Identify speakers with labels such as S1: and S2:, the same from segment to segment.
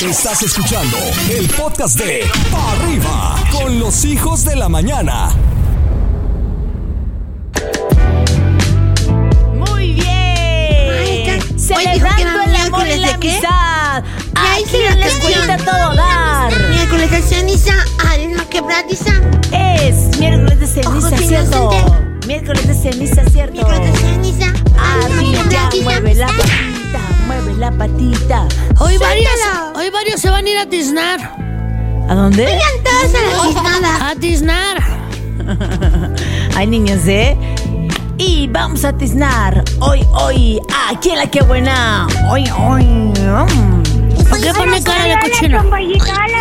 S1: Estás escuchando el podcast de Pa' Arriba con los hijos de la mañana.
S2: Muy bien.
S3: está- Oye, dijo que
S2: Celebrando
S3: era
S2: el amor y
S3: miércoles,
S2: la
S3: ¿de qué?
S2: amistad.
S3: Ya
S2: Aquí
S3: hice la
S2: en la
S3: canción.
S2: escuelita a todo dar.
S3: Miércoles de ceniza, alma quebradiza.
S2: Es miércoles de ceniza,
S3: Ojos
S2: ¿cierto?
S3: inocentes.
S2: Miércoles de ceniza, ¿cierto?
S3: Miércoles de ceniza, alma
S2: Arriba, mueve la
S3: quebradiza.
S2: patita, mueve la patita.
S4: Hoy varios,
S3: Suéltalo.
S4: hoy varios se van a ir a tiznar.
S2: ¿A dónde?
S3: Vengan todas a la tiznada.
S4: A tiznar.
S2: Ay, niños, ¿eh? Y vamos a tiznar hoy, hoy, aquí en la que buena. Hoy, hoy. mm.
S4: ¿Por
S5: Pues
S4: qué pone cara de cochino?
S5: Hola,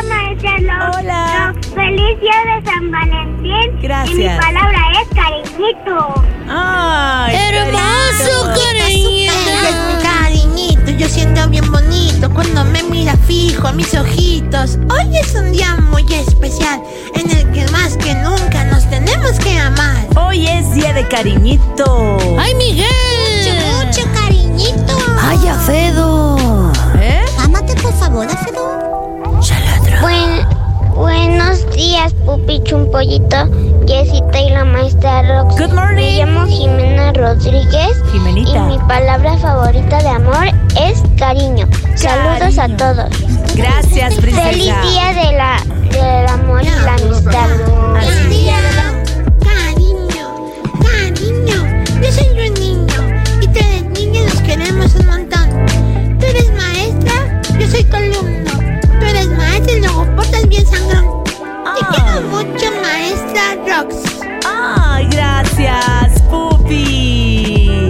S5: maestra Lo-
S2: Hola.
S5: Lo- Feliz día de San Valentín.
S2: Gracias.
S5: Y mi palabra es cariñito.
S2: Ay,
S4: Hermoso,
S2: carito.
S3: Eres mi
S4: cariño.
S3: cariñito, yo siento bien bonito cuando me mira fijo a mis ojitos. Hoy es un día muy especial en el que más que nunca nos tenemos que amar.
S2: Hoy es día de cariñito.
S4: ¡Ay,
S2: Mm.
S4: Miguel!
S3: Mucho cariñito.
S4: ¡Ay, Afedo! ¿Eh?
S3: Ámate por favor, Afedo.
S5: Buen, buenos días, Pupi Chumpollito, Jessita y la maestra Rox.
S2: Good
S5: Me
S2: morning.
S5: llamo Jimena Rodríguez. Y
S2: Jimenita.
S5: mi palabra favorita de amor es cariño. Saludos a
S2: Cariño.
S5: todos.
S2: Gracias, princesa.
S5: Feliz día de la, del amor y la amistad.
S2: Así.
S3: Cariño, cariño, yo soy un niño y tú eres niña y nos queremos un montón. Tú eres maestra, yo soy columno. Tú eres maestra y luego portas bien sangrón. Te
S2: Ah.
S3: quiero mucho, maestra Rox.
S2: Ah, Ay, gracias, Pupi.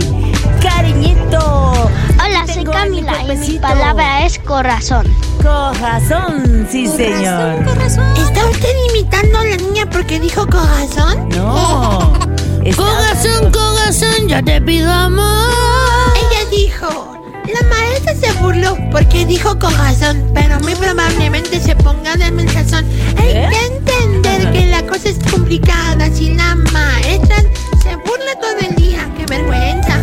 S2: Cariñito.
S5: Hola, soy
S2: Tengo ahí mi
S5: Camila y mi
S2: cuerpecito.
S5: palabra es corazón.
S2: Corazón, sí, señor.
S3: ¿Está usted imitando a la niña porque dijo corazón?
S2: No. Está-
S4: Cogazón, cogazón, yo te pido amor.
S3: Ella dijo. La maestra se burló porque dijo corazón, pero muy probablemente se ponga de mi razón. Hay
S2: ¿Eh?
S3: que entender que la cosa es complicada si la maestra se burla todo el día. ¡Qué vergüenza!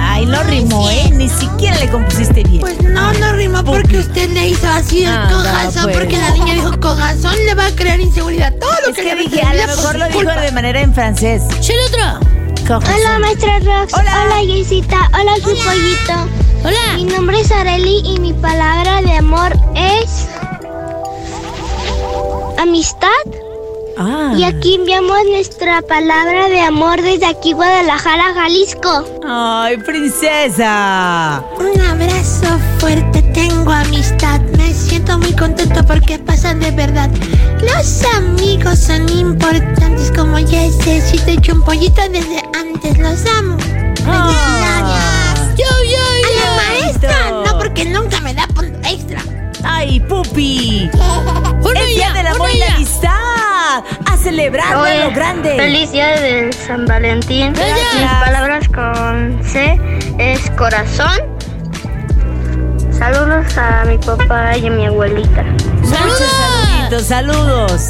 S2: Ay, no rimó, ¿eh? Ni siquiera le compusiste bien.
S3: Pues no, no rimó porque usted le hizo así el
S2: Ah, no,
S3: cojazón,
S2: pues.
S3: porque la niña dijo cojazón, le va a crear inseguridad. Todo lo
S2: Es
S3: que,
S2: que
S3: le
S2: dije, a lo mejor lo dijo de manera en francés.
S4: ¡Sí, el otro!
S5: Hola, maestra Rox.
S2: Hola.
S5: Jessita. Hola, su pollito. Mi
S4: ¡Hola!
S5: nombre es Areli y mi palabra de amor es amistad.
S2: Ah.
S5: Y aquí enviamos nuestra palabra de amor desde aquí, Guadalajara, Jalisco.
S2: Ay, princesa.
S3: Un abrazo fuerte, tengo amistad. Me siento muy contento porque pasan de verdad. Los amigos son importantes como Jessicita y Chumpollito desde antes. Los amo.
S2: Ah.
S3: Felicidades.
S4: ¡Yo, yo,
S3: A la maestra,
S2: bonito.
S3: no porque nunca me da punto extra.
S2: Ay, Pupi.
S4: yo! ¡Uno
S2: El día
S4: ya,
S2: del amor
S4: uno
S2: y la
S4: ya!
S2: amistad. A celebrarlo a lo grande.
S6: Feliz día de San Valentín.
S4: Gracias.
S6: Mis palabras con C es corazón. Saludos a mi papá y a mi abuelita.
S2: Muchos saluditos,
S4: ¡Saludos!
S2: saludos.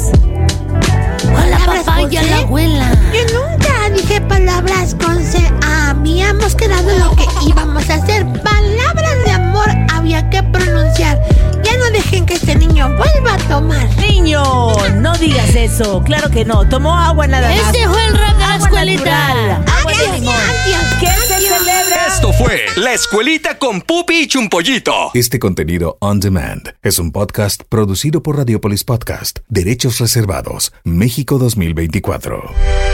S4: ¡Hola,
S3: Palabras
S4: papá
S3: con
S4: y a
S3: C.
S4: la abuela!
S3: Yo nunca dije palabras con C. Habíamos quedado lo que íbamos a hacer. Palabras de amor había que pronunciar. Ya no dejen que este niño vuelva a tomar.
S2: Niño, no digas eso. Claro que no. Tomó agua nada más.
S4: Este fue el rap de la
S2: Agua
S4: escuelita.
S2: natural. Agua de limón.
S3: Adiós.
S2: Que se celebra.
S1: Esto fue La Escuelita con Pupi y Chumpollito.
S7: Este contenido on demand es un podcast producido por Radiopolis Podcast, Derechos Reservados, México 2024.